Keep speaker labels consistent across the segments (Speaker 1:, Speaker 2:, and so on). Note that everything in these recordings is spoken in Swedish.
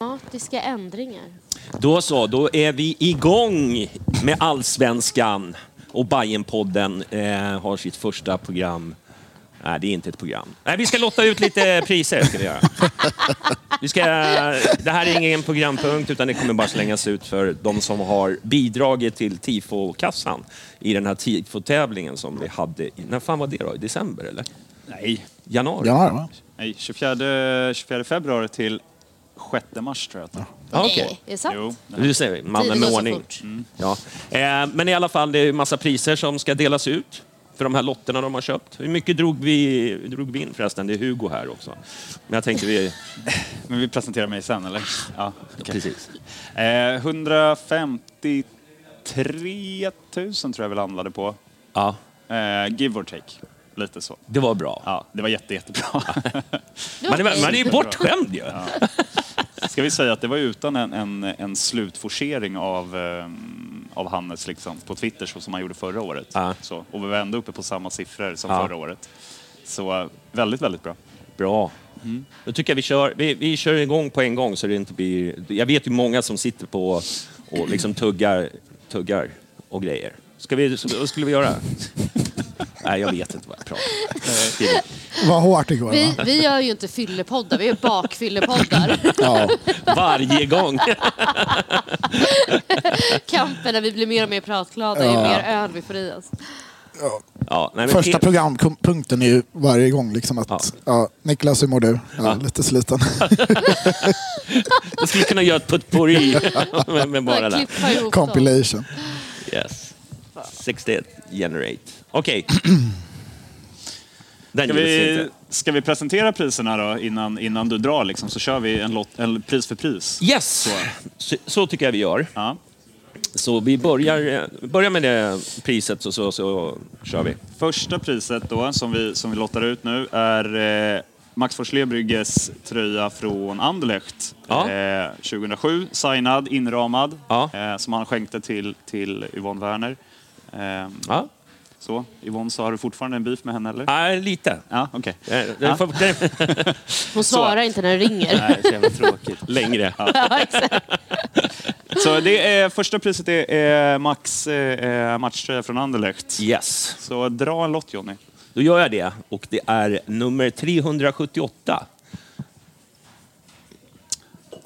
Speaker 1: Dramatiska ändringar.
Speaker 2: Då så, då är vi igång med Allsvenskan. Och Bajenpodden eh, har sitt första program. Nej, det är inte ett program. Nej, vi ska lotta ut lite priser. Ska vi göra. Vi ska, det här är ingen programpunkt, utan det kommer bara slängas ut för de som har bidragit till tifokassan i den här tifotävlingen som vi hade. I, när fan var det då? I december, eller?
Speaker 3: Nej,
Speaker 2: Januari?
Speaker 4: Ja,
Speaker 3: nej 24, 24 februari till 6 mars tror jag att det är.
Speaker 2: Ah, okej.
Speaker 1: Nej, är det sant?
Speaker 3: Jo,
Speaker 2: Du ser, mannen
Speaker 1: Tiden
Speaker 2: med
Speaker 1: går så
Speaker 2: ordning. Mm.
Speaker 1: fort.
Speaker 2: Ja. Eh, men i alla fall, det är ju massa priser som ska delas ut för de här lotterna de har köpt. Hur mycket drog vi, drog vi in förresten? Det är Hugo här också. Men jag tänkte vi...
Speaker 3: men vi presenterar mig sen eller? Ja, okej.
Speaker 2: Precis.
Speaker 3: Eh, 153 000 tror jag vi landade på.
Speaker 2: Ja,
Speaker 3: Eh, give or take. Lite så.
Speaker 2: det var bra.
Speaker 3: Ja, det var jätte, jättebra.
Speaker 2: Man är, man är ju bortskämd ju.
Speaker 3: Ska vi säga att det var utan en, en, en slutforcering av, ehm, av Hannes liksom, på Twitter så som han gjorde förra året.
Speaker 2: Ja.
Speaker 3: Så, och vi var ändå uppe på samma siffror som
Speaker 2: Ja.
Speaker 3: förra året. Så eh, väldigt, väldigt bra.
Speaker 2: Bra.
Speaker 3: Mm.
Speaker 2: Då tycker jag vi kör, vi, vi kör igång på en gång så det inte blir... Jag vet ju många som sitter på och liksom tuggar, tuggar och grejer. Ska vi, vad skulle vi göra? Nej, jag vet inte vad jag pratar om. Skriv.
Speaker 4: Vad hårt det går.
Speaker 1: Vi,
Speaker 4: Va?
Speaker 1: vi gör ju inte fyllepoddar, vi gör bakfyllepoddar.
Speaker 4: Ja.
Speaker 2: Varje gång.
Speaker 1: Kampen när vi blir mer och mer pratglada ju mer öl vi får i oss.
Speaker 2: Ja, nej, men
Speaker 4: Första
Speaker 2: Pe-
Speaker 4: programpunkten är ju varje gång liksom att
Speaker 2: Ja.
Speaker 4: ja. Niklas, hur mår du? Ja, Lite sliten.
Speaker 2: Jag skulle kunna göra ett potpourri med, med bara
Speaker 1: Bara
Speaker 2: det. här.
Speaker 1: klippa ihop dem.
Speaker 4: Compilation.
Speaker 2: Yes. 61 generate. Okej. Den
Speaker 3: Ska
Speaker 2: gills
Speaker 3: vi,
Speaker 2: inte.
Speaker 3: ska vi presentera priserna då innan, innan du drar liksom, så kör vi en, lot, en pris för pris?
Speaker 2: Yes! Så, så tycker jag vi gör.
Speaker 3: Ja.
Speaker 2: Så vi börjar, eh, börjar med det priset så, så, så kör vi.
Speaker 3: Första priset då, som vi, som vi lottar ut nu är eh, Max Forslé Brygges tröja från Anderlecht.
Speaker 2: Ja.
Speaker 3: Eh, 2007, signad, inramad,
Speaker 2: Ja.
Speaker 3: eh, som han skänkte till, till Yvonne Werner. Eh,
Speaker 2: Ja.
Speaker 3: Så, Yvonne, så har du fortfarande en beef med henne eller?
Speaker 2: Nej, lite.
Speaker 3: Ja, okej.
Speaker 2: Ah. Eh, det är för- det är-
Speaker 1: Hon svarar inte när det ringer.
Speaker 3: Nej, så jävla tråkigt.
Speaker 2: Längre.
Speaker 1: Ja, exakt.
Speaker 3: Så det är, första priset är, är Max eh, eh, matchtröja från Anderlecht.
Speaker 2: Yes.
Speaker 3: Så dra en lott Jonny.
Speaker 2: Då gör jag det. Och det är nummer 378.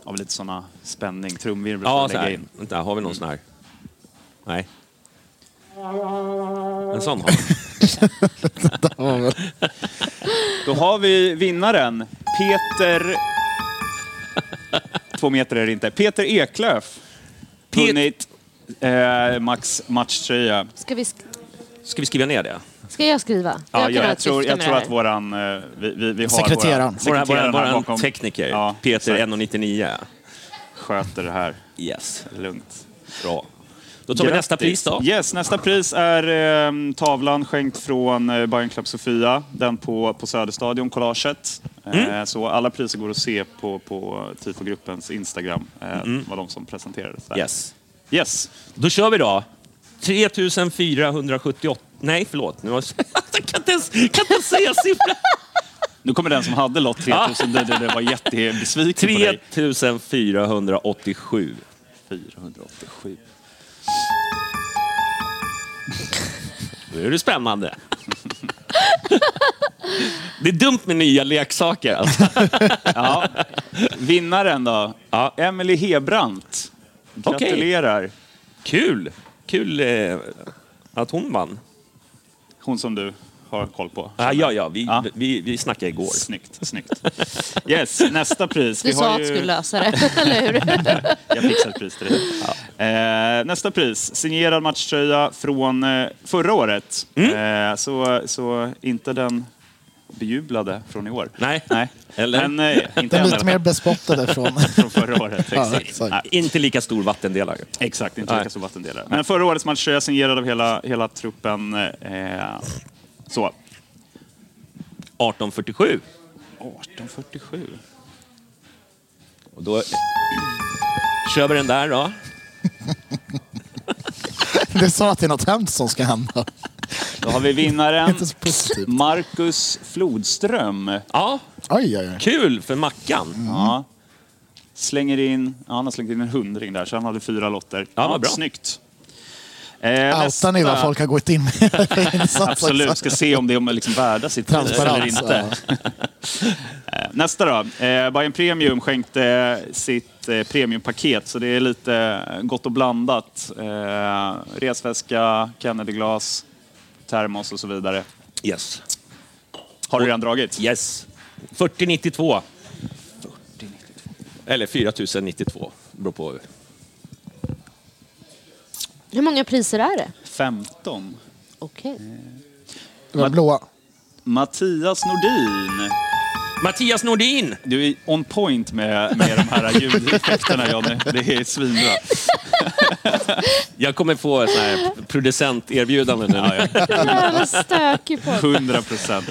Speaker 3: Av lite såna spänning, trumvirvel
Speaker 2: Ja,
Speaker 3: att
Speaker 2: så
Speaker 3: lägga
Speaker 2: här.
Speaker 3: in.
Speaker 2: Vänta, har vi någon sån här? Nej.
Speaker 3: Eh,
Speaker 2: En sån har vi.
Speaker 3: Då har vi vinnaren, Peter... Två meter är det inte. Peter Eklöf.
Speaker 2: Pet-
Speaker 3: Vunnit eh, Max matchtröja.
Speaker 1: Ska, vi sk-
Speaker 2: Ska vi skriva ner det?
Speaker 1: ska jag skriva?
Speaker 3: Ja,
Speaker 1: kan
Speaker 3: jag,
Speaker 1: ha
Speaker 3: jag,
Speaker 1: ett
Speaker 3: tror,
Speaker 1: syfte
Speaker 3: jag
Speaker 1: med
Speaker 3: tror
Speaker 1: det här.
Speaker 3: att våran... eh, Vi, vi, vi har
Speaker 4: Sekreteraren.
Speaker 3: Våran,
Speaker 2: Våran, våran,
Speaker 3: sekreteraren
Speaker 2: våran
Speaker 3: här bakom
Speaker 2: tekniker,
Speaker 3: Ja,
Speaker 2: Peter
Speaker 3: exakt.
Speaker 2: 1,99.
Speaker 3: sköter det här
Speaker 2: Yes,
Speaker 3: lugnt.
Speaker 2: bra. Då tar vi nästa pris
Speaker 3: Grattis.
Speaker 2: då.
Speaker 3: Yes, nästa pris är ehm, tavlan skänkt från eh, Bayern Club Sofia. Den på, på Söderstadion, collaget.
Speaker 2: Mm.
Speaker 3: Eh, så alla priser går att se på, på TIFO-gruppens Instagram. Eh, var de som presenterades där.
Speaker 2: Mm. Yes.
Speaker 3: Yes.
Speaker 2: Då kör vi då. 3478... Nej, förlåt. Nu har... jag kan inte ens, kan inte ens säga siffran.
Speaker 3: Nu kommer den som hade lott 3000. det, det, det var jättebesviken på dig.
Speaker 2: 3487.
Speaker 3: 487.
Speaker 2: Nu är det spännande. Det är dumt med nya leksaker. Alltså.
Speaker 3: Ja. Vinnaren då?
Speaker 2: Ja.
Speaker 3: Emily Hebrandt.
Speaker 2: Okej.
Speaker 3: Gratulerar.
Speaker 2: Kul! Kul eh, att hon vann.
Speaker 3: Hon som du har koll på.
Speaker 2: Ah, ja, ja, vi,
Speaker 3: Ja.
Speaker 2: Vi, vi snackade igår.
Speaker 3: Snyggt, snyggt. Yes, nästa pris.
Speaker 1: Du sa att du skulle lösa det, eller hur?
Speaker 3: Jag fixar ett pris till dig. Eh, nästa pris, signerad matchtröja från eh, förra året.
Speaker 2: Mm.
Speaker 3: Eh, så, så inte den bejublade från i år.
Speaker 2: Nej.
Speaker 3: Nej.
Speaker 2: Eller?
Speaker 3: Men, eh, inte
Speaker 4: Den
Speaker 3: än,
Speaker 4: lite
Speaker 3: i alla
Speaker 4: mer
Speaker 3: fall.
Speaker 4: bespottade från...
Speaker 3: från förra året.
Speaker 4: ja,
Speaker 3: Exakt.
Speaker 4: exakt.
Speaker 2: Inte lika stor vattendelare.
Speaker 3: Exakt, inte
Speaker 2: Nej.
Speaker 3: lika stor vattendelare. Men förra årets matchtröja signerad av hela, hela truppen. Eh, så.
Speaker 2: 1847.
Speaker 3: 1847.
Speaker 2: Och då kör vi den där då.
Speaker 4: Det sa att det är något hemskt som ska hända.
Speaker 3: Då har vi vinnaren.
Speaker 4: Inte så positivt.
Speaker 3: Marcus Flodström.
Speaker 2: Ja,
Speaker 4: Oj, oj, oj.
Speaker 2: kul för Mackan.
Speaker 3: Ja. Slänger in, ja, han har slängt in en hundring där, så han hade fyra lotter.
Speaker 2: Ja, vad bra.
Speaker 3: Snyggt. Eh, nästa-
Speaker 4: Outar ni vad folk har gått in med för insats?
Speaker 3: Absolut, ska se om det är liksom värda sitt pris eller
Speaker 4: Transparens.
Speaker 3: inte.
Speaker 4: ja.
Speaker 3: Eh, Nästa då. Eh, Bayern Premium skänkte sitt eh, premiumpaket, så det är lite gott och blandat. Eh, resväska, Kennedyglas, termos och så vidare.
Speaker 2: Yes.
Speaker 3: Har du redan dragit?
Speaker 2: Yes. 4092. Eller 4092. Beror på.
Speaker 1: Hur många priser är det?
Speaker 3: 15.
Speaker 1: Okej.
Speaker 4: Det var blåa.
Speaker 3: Mattias Nordin.
Speaker 2: Mattias Nordin!
Speaker 3: Du är on point med, med de här ljudeffekterna, Johnny. Det är svinbra.
Speaker 2: Jag kommer få ett sånt här producenterbjudande nu.
Speaker 1: Jävla stökig podd.
Speaker 3: 100 procent.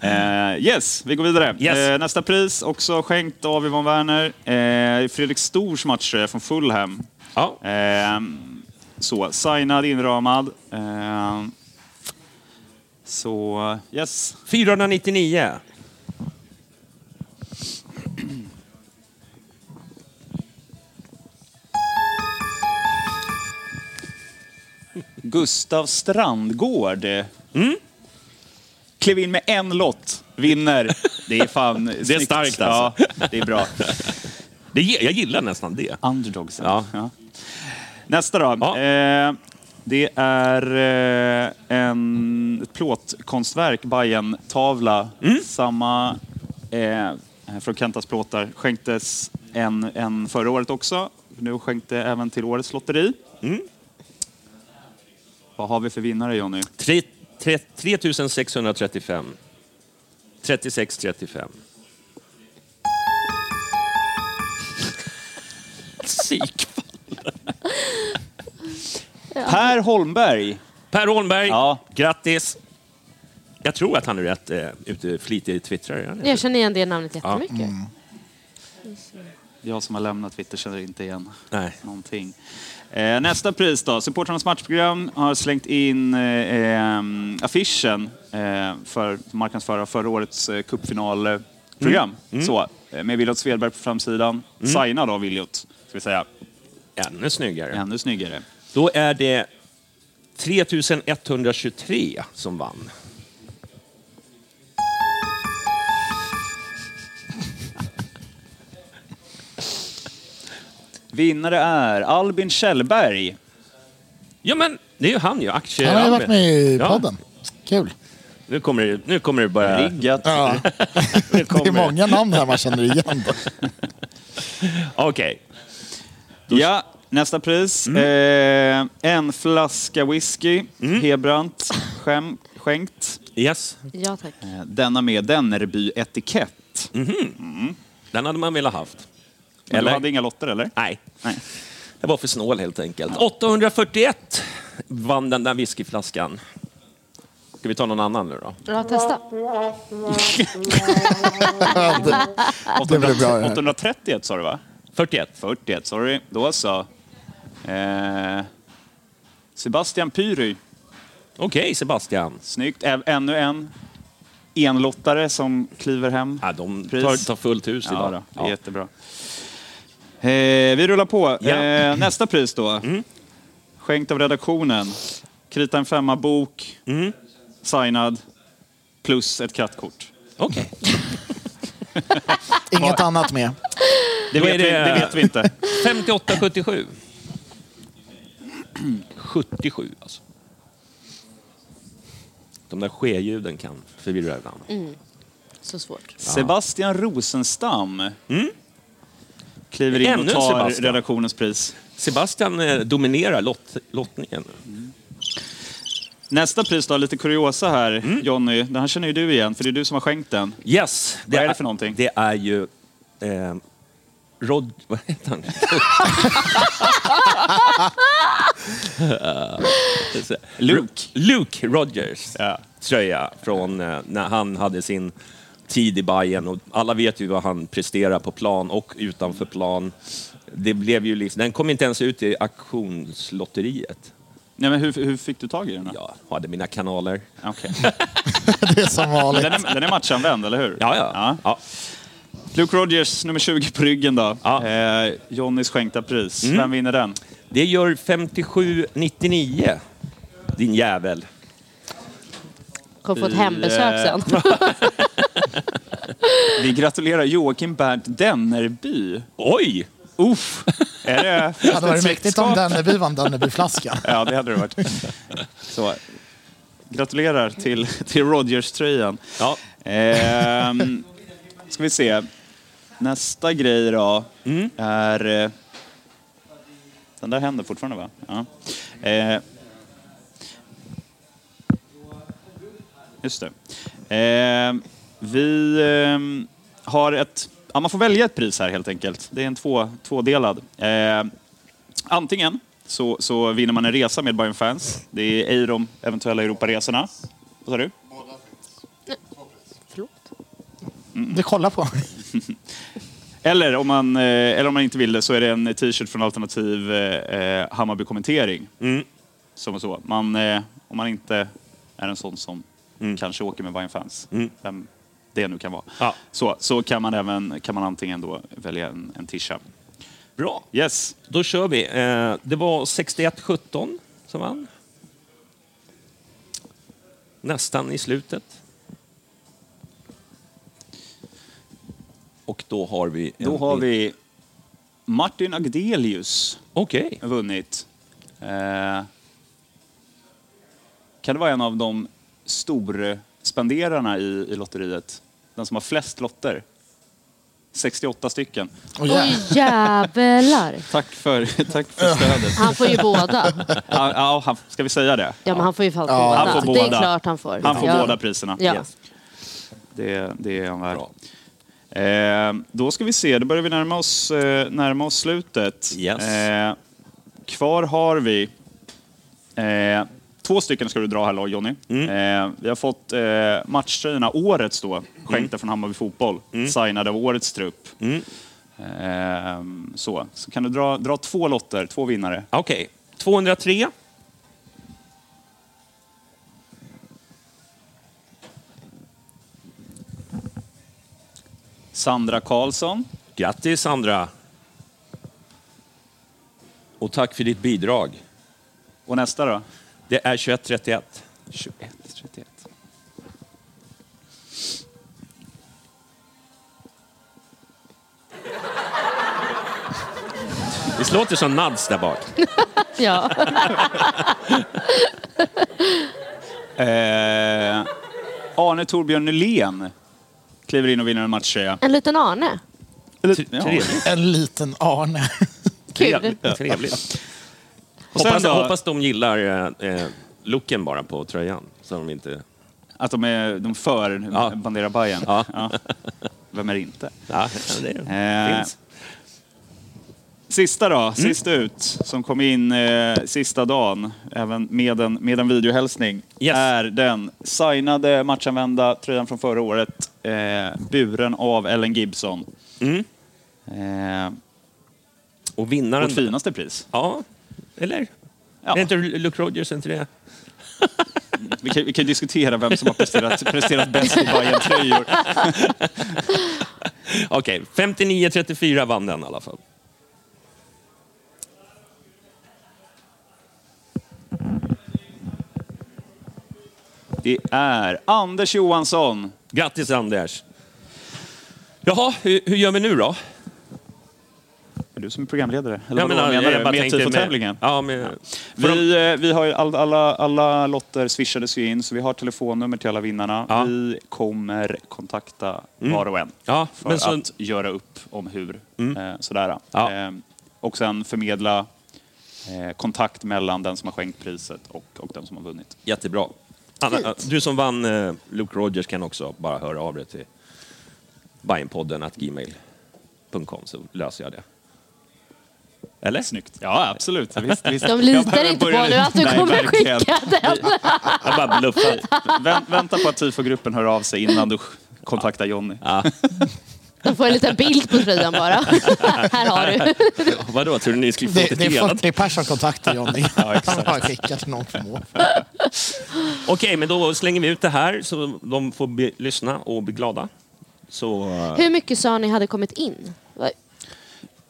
Speaker 3: Eh, yes, vi går vidare.
Speaker 2: Yes.
Speaker 3: Eh, nästa pris, också skänkt av Yvonne Werner. Eh, Fredrik Stors matchtröja eh, från Fulham.
Speaker 2: Ja.
Speaker 3: Eh, så, signad, inramad. Eh, så, yes.
Speaker 2: 499.
Speaker 3: Gustav Strandgård. Mm. Klev in med en lott, vinner. Det är fan Det är
Speaker 2: starkt, alltså.
Speaker 3: Ja, det är bra.
Speaker 2: Det, gi- jag gillar nästan det.
Speaker 3: Underdogsen.
Speaker 2: Ja.
Speaker 3: Nästa då.
Speaker 2: Ja.
Speaker 3: Eh, det är eh, en ett plåtkonstverk, bayern tavla
Speaker 2: Mm.
Speaker 3: Samma eh, från Kentas plåtar. Skänktes en, en förra året också. Nu skänkte även till årets lotteri.
Speaker 2: Mm.
Speaker 3: Vad har vi för vinnare, Jonny?
Speaker 2: Tre- tre- 3635. 3635. Psykfall.
Speaker 3: Per Holmberg.
Speaker 2: Per Holmberg,
Speaker 3: Ja.
Speaker 2: grattis! Jag tror att han är rätt eh, ute flitig twittrare. är han inte?
Speaker 1: Jag känner igen det namnet jättemycket.
Speaker 3: Jag som har lämnat Twitter känner inte igen
Speaker 2: Nej.
Speaker 3: någonting. Eh, nästa pris då. Supportrarnas matchprogram har slängt in eh, eh, affischen eh, för marknadsföra förra årets eh, cupfinalprogram. Så, eh, med Williot Svedberg på framsidan. Signad av Williot, ska vi säga.
Speaker 2: Ännu snyggare.
Speaker 3: Ännu snyggare.
Speaker 2: Då är det 3123 som vann.
Speaker 3: Vinnare är Albin Kjellberg.
Speaker 2: Ja, men det är ju han ju, aktie...
Speaker 4: Han har ju varit med i
Speaker 2: Ja.
Speaker 4: podden. Kul.
Speaker 2: Nu kommer det, nu kommer det bara...
Speaker 3: Riggat.
Speaker 4: Ja.
Speaker 2: Nu
Speaker 4: Det är
Speaker 2: kommer det.
Speaker 4: många namn här man känner igen. Då.
Speaker 2: Okej.
Speaker 3: Ja, nästa pris.
Speaker 2: Mm.
Speaker 3: Eh, en flaska whisky, Hebrant, skäm, skänkt.
Speaker 2: Yes.
Speaker 1: Ja, tack.
Speaker 3: Eh, Denna med Dennerby-etikett.
Speaker 2: Den hade man velat haft. Mm.
Speaker 3: Men
Speaker 2: Eller? Eh.
Speaker 3: Du hade inga lotter, eller?
Speaker 2: Nej.
Speaker 3: Nej.
Speaker 2: Jag var för snål helt enkelt. 841 vann den där whiskyflaskan. Ska vi ta någon annan nu då?
Speaker 1: Bra, testa.
Speaker 4: Det blir bra. det här.
Speaker 3: 831 sa du, va?
Speaker 2: 41.
Speaker 3: 41, sorry. Då så. Eh, Sebastian Pyry.
Speaker 2: Okej, Sebastian.
Speaker 3: Snyggt. Ä- Ännu en enlottare som kliver hem.
Speaker 2: Ja, de
Speaker 3: Pris.
Speaker 2: tar, tar fullt hus
Speaker 3: Ja,
Speaker 2: idag.
Speaker 3: då, det är
Speaker 2: Ja.
Speaker 3: jättebra. Eh, vi rullar på.
Speaker 2: Ja. Mm.
Speaker 3: Eh, nästa pris då. Skänkt av redaktionen. Krita en femma bok.
Speaker 2: Mm.
Speaker 3: Signad. Plus ett kattkort.
Speaker 2: Okej.
Speaker 4: Inget annat med.
Speaker 3: Det
Speaker 2: Vad
Speaker 3: vet,
Speaker 2: är
Speaker 3: vi,
Speaker 2: det?
Speaker 3: det vet vi inte.
Speaker 2: 58-77. 77 alltså. De där skeljuden kan förvirra ibland.
Speaker 1: Så svårt.
Speaker 3: Sebastian Rosenstam. Kliver in
Speaker 2: Mm. Ännu en
Speaker 3: och tar
Speaker 2: Sebastian.
Speaker 3: redaktionens pris.
Speaker 2: Sebastian eh, dominerar lott, lottningen.
Speaker 3: Nästa pris då, lite kuriosa här,
Speaker 2: Mm.
Speaker 3: Jonny. Den här känner ju du igen, för det är du som har skänkt den.
Speaker 2: Yes!
Speaker 3: Vad är det för någonting?
Speaker 2: Det är ju... Eh, Rod... Vad heter han? Luke. Luke Rogers
Speaker 3: Ja.
Speaker 2: tröja från eh, när han hade sin tid i Bayern och alla vet ju vad han presterar på plan och utanför plan. Det blev ju liksom, den kom inte ens ut i auktionslotteriet.
Speaker 3: Nej, men hur, hur fick du tag i den? då?
Speaker 2: Jag hade mina kanaler.
Speaker 3: Okej.
Speaker 4: Det är som vanligt.
Speaker 3: Den, är, den är matchanvänd, eller hur?
Speaker 2: Ja, ja. ja.
Speaker 3: Luke Rogers, nummer 20 på ryggen då.
Speaker 2: Ja. Mm.
Speaker 3: Eh, Johnnys skänkta pris. Vem vinner den?
Speaker 2: Det gör 57,99. Din jävel.
Speaker 1: Kommer få ett hembesök sen.
Speaker 3: Vi gratulerar Joakim Bernt Dennerby.
Speaker 2: Oj!
Speaker 3: Uff! Är det
Speaker 4: Det hade varit mäktigt om Denneby vann Dennebyflaskan.
Speaker 3: Ja, det hade det varit. Så. Gratulerar till, till Rodgers-tröjan.
Speaker 2: Ja.
Speaker 3: Ehm, ska vi se. Nästa grej då är... eh, Den där händer fortfarande va? Ja. Eh, just det. Eh, vi ehm, har ett... Ja, man får välja ett pris här helt enkelt. Det är en två, tvådelad. Eh, antingen så, så vinner man en resa med Bayern Fans. Det är ej de eventuella Europaresorna. Vad sa du?
Speaker 1: Förlåt.
Speaker 4: Du kollar på.
Speaker 3: Eller om, man, eh, eller om man inte vill det så är det en t-shirt från alternativ eh, eh, Hammarby kommentering. Som och så. Man, eh, om man inte är en sån som kanske åker med Bayern fans, vem det nu kan vara,
Speaker 2: Ja.
Speaker 3: så, så kan man även kan man antingen då välja en, en tisha.
Speaker 2: Bra.
Speaker 3: Yes.
Speaker 2: Då kör vi. Eh, Det var 61-17 som vann. Nästan i slutet. Och då har vi... en-
Speaker 3: Då har vi Martin Agdelius
Speaker 2: Okej.
Speaker 3: vunnit. Eh, kan det vara en av de stora spenderarna i, i lotteriet? Den som har flest lotter? 68 stycken.
Speaker 4: Oh, yeah.
Speaker 1: Oj, jävlar.
Speaker 3: Tack för, tack för stödet.
Speaker 1: Han får ju båda.
Speaker 3: Ja, ja, han- ska vi säga det?
Speaker 1: Ja, men han får ju fan båda.
Speaker 3: han får
Speaker 1: Det är
Speaker 3: båda.
Speaker 1: klart han får.
Speaker 3: Han får
Speaker 1: ja.
Speaker 3: båda priserna.
Speaker 1: Ja.
Speaker 2: Yes.
Speaker 3: Det, det är han värd. Eh, då ska vi se, då börjar vi närma oss, eh, närma oss slutet.
Speaker 2: Yes.
Speaker 3: Eh, kvar har vi Eh, två stycken ska du dra här lag, Jonny. Eh, vi har fått eh, matchtröjorna Årets då, skänkta från Hammarby Fotboll. Signade av Årets trupp. Ehm, så. så kan du dra, dra två lotter, två vinnare.
Speaker 2: Okej. 203.
Speaker 3: Sandra Karlsson.
Speaker 2: Grattis, Sandra.
Speaker 5: Och tack för ditt bidrag.
Speaker 3: Och nästa då?
Speaker 2: Det är 2131.
Speaker 3: 21, 31.
Speaker 2: Visst låter det som Nads där bak?
Speaker 1: Ja.
Speaker 3: Eh, Arne Torbjörn Nylén kliver in och vinner en matchtröja.
Speaker 1: En liten Arne.
Speaker 3: Eller- ja.
Speaker 2: Trevligt.
Speaker 4: En liten Arne.
Speaker 1: Kul.
Speaker 2: Trevligt.
Speaker 3: Och sen
Speaker 2: Hoppas,
Speaker 3: då,
Speaker 2: hoppas de gillar eh, eh, looken bara på tröjan. Så de inte...
Speaker 3: att de är de för
Speaker 2: Ja.
Speaker 3: Bandera Bajen.
Speaker 2: Ja.
Speaker 3: Vem är det inte?
Speaker 2: Ja, det
Speaker 3: Eh,
Speaker 2: finns. Mm.
Speaker 3: Sista då, sist ut, som kom in eh, sista dagen, även med en, med en videohälsning,
Speaker 2: Yes.
Speaker 3: är den signade matchanvända tröjan från förra året, eh, buren av Ellen Gibson.
Speaker 2: Mm.
Speaker 3: Eh,
Speaker 2: Och
Speaker 3: vårt
Speaker 2: vinnaren...
Speaker 3: finaste pris.
Speaker 2: Ja, eller?
Speaker 3: Ja.
Speaker 2: Är inte Luke Rogers inte det?
Speaker 3: Vi kan, vi kan diskutera vem som har presterat, presterat bäst i bayern tröjor
Speaker 2: Okej, 59-34 vann den i alla fall.
Speaker 3: Det är Anders Johansson.
Speaker 2: Grattis Anders! Jaha, hur, hur gör vi nu då?
Speaker 3: Är du som är programledare? Eller
Speaker 2: Jag
Speaker 3: vadå,
Speaker 2: menar, eh, jag bara
Speaker 3: du? Med
Speaker 2: tänkte
Speaker 3: Tifo-tävlingen?
Speaker 2: Ja, med,
Speaker 3: Vi, eh, vi har ju all, alla, alla lotter swishades ju in, så vi har telefonnummer till alla vinnarna.
Speaker 2: Ja. Mm.
Speaker 3: Vi kommer kontakta var och en
Speaker 2: ja,
Speaker 3: för
Speaker 2: men så, Mm.
Speaker 3: att göra upp om hur. Eh, sådär.
Speaker 2: Ja.
Speaker 3: Eh, och sen förmedla eh, kontakt mellan den som har skänkt priset och, och den som har vunnit.
Speaker 2: jättebra. Anna, du som vann eh, Luke Rogers kan också bara höra av dig till Bajenpodden att gmail.com så löser jag det. Eller?
Speaker 3: Snyggt. Ja, absolut. Visst, visst.
Speaker 1: De
Speaker 3: Jag
Speaker 1: litar
Speaker 3: behöver
Speaker 1: inte
Speaker 3: börja
Speaker 1: på nu
Speaker 3: lite-
Speaker 1: att du
Speaker 3: Nej,
Speaker 1: kommer
Speaker 3: verkligen.
Speaker 1: skicka den.
Speaker 2: Jag bara bluffar.
Speaker 3: Vänt, vänta på att tifogruppen hör av sig innan du kontaktar Jonny.
Speaker 1: De får en liten bild på tröjan bara. Här har du.
Speaker 2: Vadå, tror du ni skulle få
Speaker 4: Det,
Speaker 2: det,
Speaker 4: det är
Speaker 2: delat?
Speaker 4: 40 personer som kontaktar Johnny. Ja, Han bara skickar till någon som åker.
Speaker 2: Okej, men då slänger vi ut det här så de får be, lyssna och bli glada. Så... eh,
Speaker 1: Hur mycket sa ni hade kommit in? Va-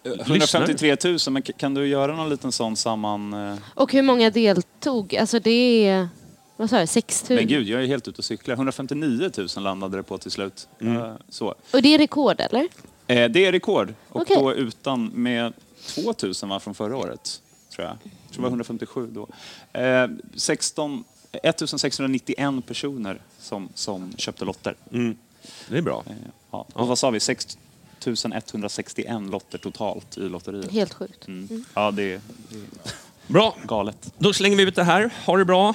Speaker 3: 153 000, men k- kan du göra någon liten sån samman... eh,
Speaker 1: Och hur många deltog? Alltså det är... Vad sa jag? 6 000?
Speaker 3: Men gud, jag är helt ute och cyklar. 159 000 landade det på till slut. Eh, Så.
Speaker 1: Och det är rekord eller?
Speaker 3: Eh, Det är rekord. Och
Speaker 1: Okej.
Speaker 3: då utan med 2 000 va, från förra året, tror jag. Jag tror det var 157 då. Eh, 16, 1691 personer som, som köpte lotter.
Speaker 2: mm, Det är bra.
Speaker 3: Eh, Ja. Och vad sa vi? 6 161 lotter totalt i lotteriet.
Speaker 1: Helt sjukt.
Speaker 3: Mm. Ja, det är det är
Speaker 2: Bra,
Speaker 3: galet.
Speaker 2: då slänger vi ut det här. Ha det bra.